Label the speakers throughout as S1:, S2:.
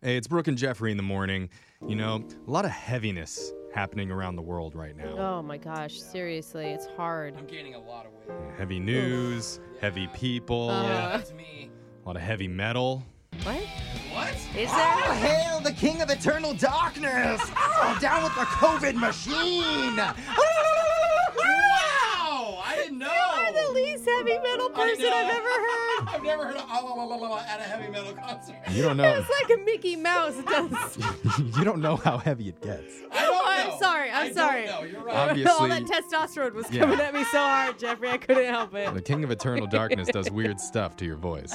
S1: Hey, it's Brooke and Jeffrey in the morning. You know, a lot of heaviness happening around the world right now.
S2: Oh my gosh, seriously, it's hard.
S3: I'm gaining a lot of weight.
S1: Heavy news, heavy people,
S2: Uh-huh.
S3: That's me.
S1: a lot of heavy metal.
S2: What?
S3: What?
S2: Is there?
S4: Hail the king of eternal darkness! I'm down with the COVID machine!
S3: Wow! I didn't know.
S2: I'm the least heavy metal person I've ever heard.
S3: I've never heard of ah, la, la, la, la, la, at a heavy metal concert.
S1: You don't know.
S2: It's like a Mickey Mouse does.
S1: you don't know how heavy it gets.
S3: I don't
S2: Oh, I'm
S3: know.
S2: sorry, I'm
S3: I don't
S2: sorry.
S3: know, You're right.
S1: Obviously,
S2: All that testosterone was
S1: Yeah.
S2: coming at me so hard, Jeffrey. I couldn't help
S1: the
S2: it.
S1: King of Eternal Darkness does weird stuff to your voice.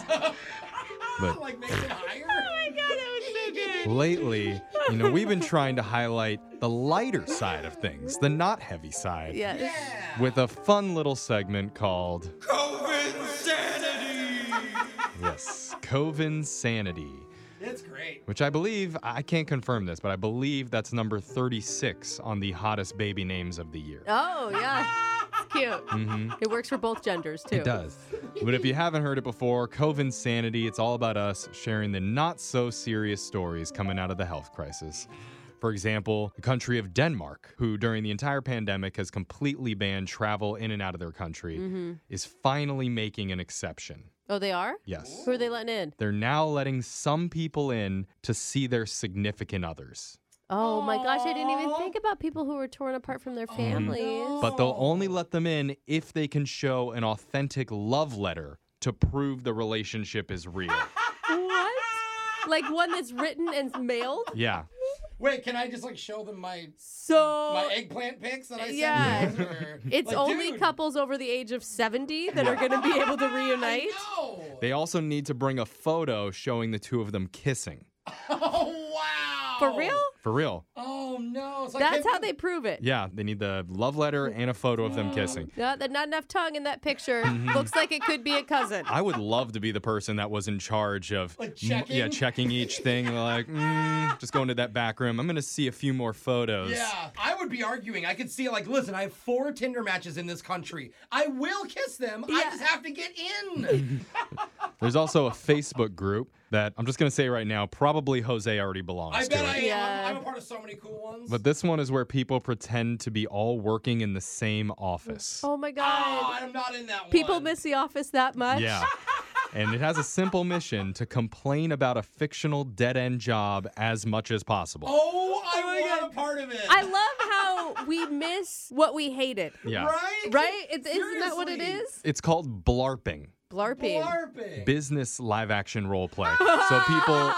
S1: But
S3: Ah, like makes it higher.
S2: Oh God, that was so good.
S1: lately, you know, we've been trying to highlight the lighter side of things, the not heavy side,
S2: Yes.
S1: with a fun little segment called
S3: COVID sanity.
S1: Yes, Coven Sanity,
S3: it's great.
S1: which I believe, I can't confirm this, but I believe that's number 36 on the hottest baby names of the year.
S2: Oh yeah, it's cute.
S1: hmm
S2: It works for both genders too.
S1: It does. but if you haven't heard it before, Coven Sanity, it's all about us sharing the not so serious stories coming out of the health crisis. For example, the country of Denmark, who during the entire pandemic has completely banned travel in and out of their country,
S2: Mm.
S1: is finally making an exception.
S2: Mm-hmm. Oh, they are.
S1: Yes.
S2: Who are they letting in?
S1: They're now letting some people in to see their significant others.
S2: Oh my gosh, I didn't even
S3: Aw.
S2: think about people who were torn apart from their families.
S1: But they'll only let them in if they can show an authentic love letter to prove the relationship is real.
S2: What? Like one that's written and mailed?
S1: Yeah.
S3: Wait, can I just like show them my
S2: So
S3: my eggplant pics that I sent?
S2: Oh. Yeah.
S3: you guys, or-
S2: It's
S3: Like,
S2: only
S3: dude,
S2: couples over the age of 70 that are going to be able to reunite.
S3: No. Oh,
S1: They also need to bring a photo showing the two of them kissing.
S3: Oh wow.
S2: For real?
S1: For real.
S3: Oh no. So I
S2: That's
S3: can't
S2: how
S3: put-
S2: they prove it.
S1: Yeah, they need the love letter and a photo of them kissing.
S2: No, that not enough tongue in that picture. Looks like it could be a cousin.
S1: Mm-hmm. I would love to be the person that was in charge of
S3: Like
S1: m-
S3: checking?
S1: yeah, checking each thing. Like, mm, just going to that back room. I'm gonna see a few more photos.
S3: Yeah, I would be arguing. I could see like, listen, I have four Tinder matches in this country. I will kiss them. I
S2: Yeah.
S3: just have to get in.
S1: There's also a Facebook group that I'm just going to say right now, probably Jose already belongs
S3: I
S1: to
S3: bet
S1: it.
S3: I am.
S2: Yeah.
S3: I'm a part of so many cool ones.
S1: But this one is where people pretend to be all working in the same office.
S2: Oh my
S3: oh,
S2: God.
S3: I'm not in that one.
S2: People miss the office that much?
S1: Yeah. And it has a simple mission to complain about a fictional dead end job as much as possible.
S3: Oh, I
S2: Oh my
S3: want
S2: God.
S3: a part of it.
S2: I love how we miss what we hated.
S1: Yeah.
S3: Right?
S2: Right? It's, isn't that what it
S3: Seriously.
S2: is?
S1: It's called blarping,
S2: Blarping.
S3: Blarping.
S1: business live action role play. so people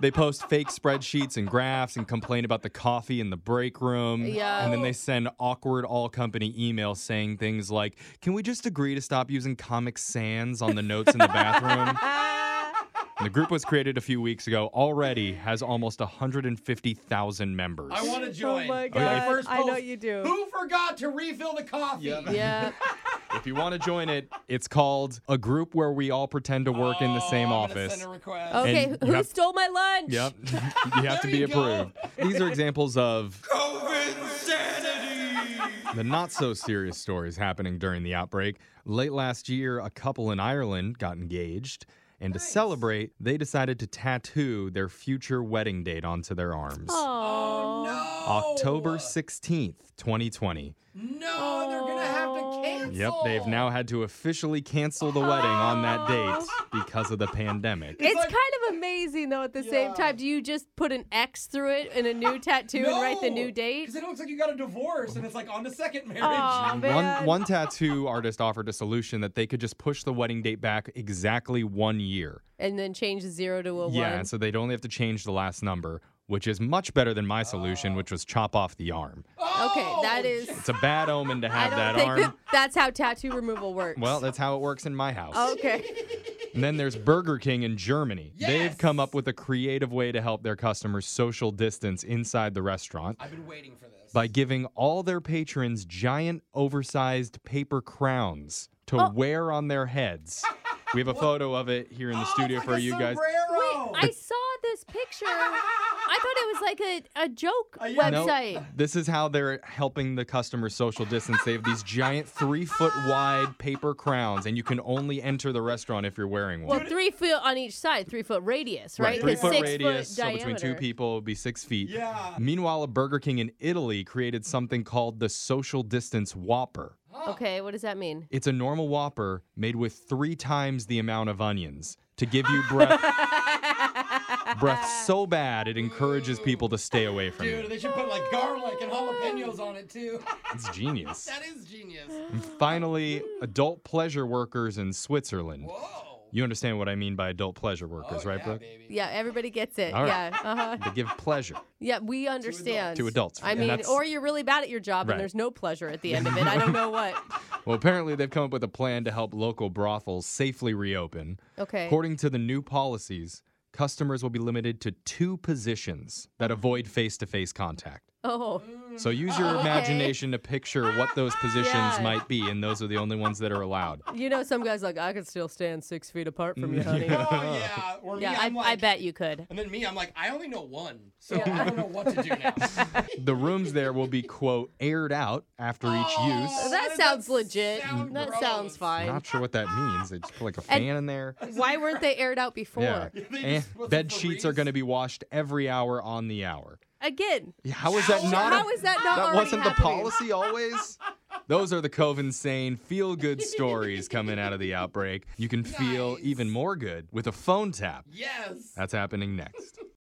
S1: they post fake spreadsheets and graphs and complain about the coffee in the break room.
S2: Yeah.
S1: And then they send awkward all company emails saying things like, Can we just agree to stop using Comic Sans on the notes in the bathroom? And the group was created a few weeks ago, already has almost 150,000 members.
S3: I want to join.
S2: Oh my
S3: Okay,
S2: God,
S3: first
S2: I know
S3: post,
S2: you do.
S3: Who forgot to refill the coffee?
S2: Yeah.
S1: if you want to join it, it's called A Group Where We All Pretend to Work in the
S3: Oh,
S1: Same
S3: I'm gonna
S1: Office.
S3: Send a request.
S2: Okay,
S1: And
S2: who
S1: you have-
S2: stole my lunch?
S1: Yep. you have to
S3: There
S1: be
S3: you go.
S1: approved. These are examples of
S2: Oh.
S3: COVID sanity.
S1: the not so serious stories happening during the outbreak. Late last year, a couple in Ireland got engaged. And to celebrate, they decided to tattoo their future wedding date onto their arms.
S2: Oh,
S1: October 16th, 2020.
S3: No, they're gonna have to
S2: Oh.
S3: cancel.
S1: Yep, they've now had to officially cancel the wedding on that date because of the pandemic.
S2: It's,
S3: like-
S2: kind of amazing though. At the same
S3: Yeah.
S2: time, do you just put an X through it and a new tattoo and write the new date?
S3: Because it looks like you got a divorce and it's like on the second marriage.
S2: Aw, man.
S1: One, one tattoo artist offered a solution that they could just push the wedding date back exactly one year.
S2: and then change the zero to a
S1: Yeah,
S2: one.
S1: so they'd only have to change the last number, which is much better than my solution, which was chop off the arm.
S2: okay,
S3: Oh,
S2: that is.
S1: It's a bad omen to
S2: I
S1: have
S2: don't
S1: that
S2: think
S1: arm.
S2: that that's how tattoo removal works.
S1: Well, that's how it works in my house.
S2: okay.
S1: And then there's Burger King in Germany. They've
S3: Yes!
S1: come up with a creative way to help their customers social distance inside the restaurant
S3: I've been waiting for this.
S1: by giving all their patrons giant, oversized paper crowns to
S2: Oh.
S1: wear on their heads. We have a photo of it here in the
S3: Oh,
S1: studio
S3: it's
S1: for
S3: like a
S1: you guys.
S3: sombrero.
S2: I saw this picture I thought it was like a, a joke
S3: Uh, yeah.
S1: No,
S2: website.
S1: this is how they're helping the customers social distance. They have these giant three foot wide paper crowns, and you can only enter the restaurant if you're wearing one.
S2: Well, three foot on each side, three foot radius, right?
S1: Three
S2: 'Cause
S1: foot
S2: six
S1: radius,
S2: foot
S1: so between two
S2: diameter.
S1: people, it'd be six feet.
S4: Yeah.
S1: Meanwhile, a Burger King in Italy created something called the social distance Whopper.
S2: Okay, what does that mean?
S1: It's a normal Whopper made with three times the amount of onions to give you breath. breath so bad it encourages people to stay away from
S3: Dude,
S1: it.
S3: they should put like garlic and jalapenos on it too.
S1: It's genius.
S3: that is genius.
S1: And finally, adult pleasure workers in Switzerland.
S3: Whoa.
S1: You understand what I mean by adult pleasure workers,
S3: Oh,
S1: right,
S3: yeah,
S1: Brooke?
S3: baby.
S2: Yeah, everybody gets it.
S1: All right.
S2: Yeah, uh-huh.
S1: They give pleasure.
S2: yeah, we understand.
S1: To adults,
S2: I
S1: and
S2: mean,
S1: that's-
S2: or you're really bad at your job
S1: Right.
S2: and there's no pleasure at the end of it. I don't know what.
S1: Well, apparently they've come up with a plan to help local brothels safely reopen.
S2: Okay.
S1: According to the new policies, customers will be limited to two positions that avoid face-to-face contact.
S2: Oh,
S1: So use your imagination to picture what those positions
S2: Yeah.
S1: might be, and those are the only ones that are allowed.
S2: you know, some guys like I could still stand six feet apart from you, honey.
S3: Oh yeah. Or
S2: Yeah,
S3: me,
S2: I,
S3: I'm like,
S2: I bet you could.
S3: And then me, I'm like, I only know one, so I don't know what to do now.
S1: The rooms there will be quote aired out after each
S3: Oh,
S1: use.
S2: That
S3: does
S2: sounds legit.
S3: sound
S2: That
S3: gross.
S2: sounds fine.
S1: Not sure what that means. They just put like a fan in there.
S2: Why weren't they aired out before?
S1: Yeah.
S3: They
S1: Eh,
S3: just- what's
S1: bed
S3: the
S1: sheets are
S3: freeze?
S1: going to be washed every hour on the hour.
S2: Again,
S1: Yeah, How is that
S2: How-
S1: not?
S2: how is that not
S1: That
S2: already
S1: wasn't
S2: happening?
S1: the policy always. Those are the Coven sane feel good stories coming out of the outbreak. You can feel
S3: Nice.
S1: even more good with a phone tap.
S3: Yes.
S1: That's happening next.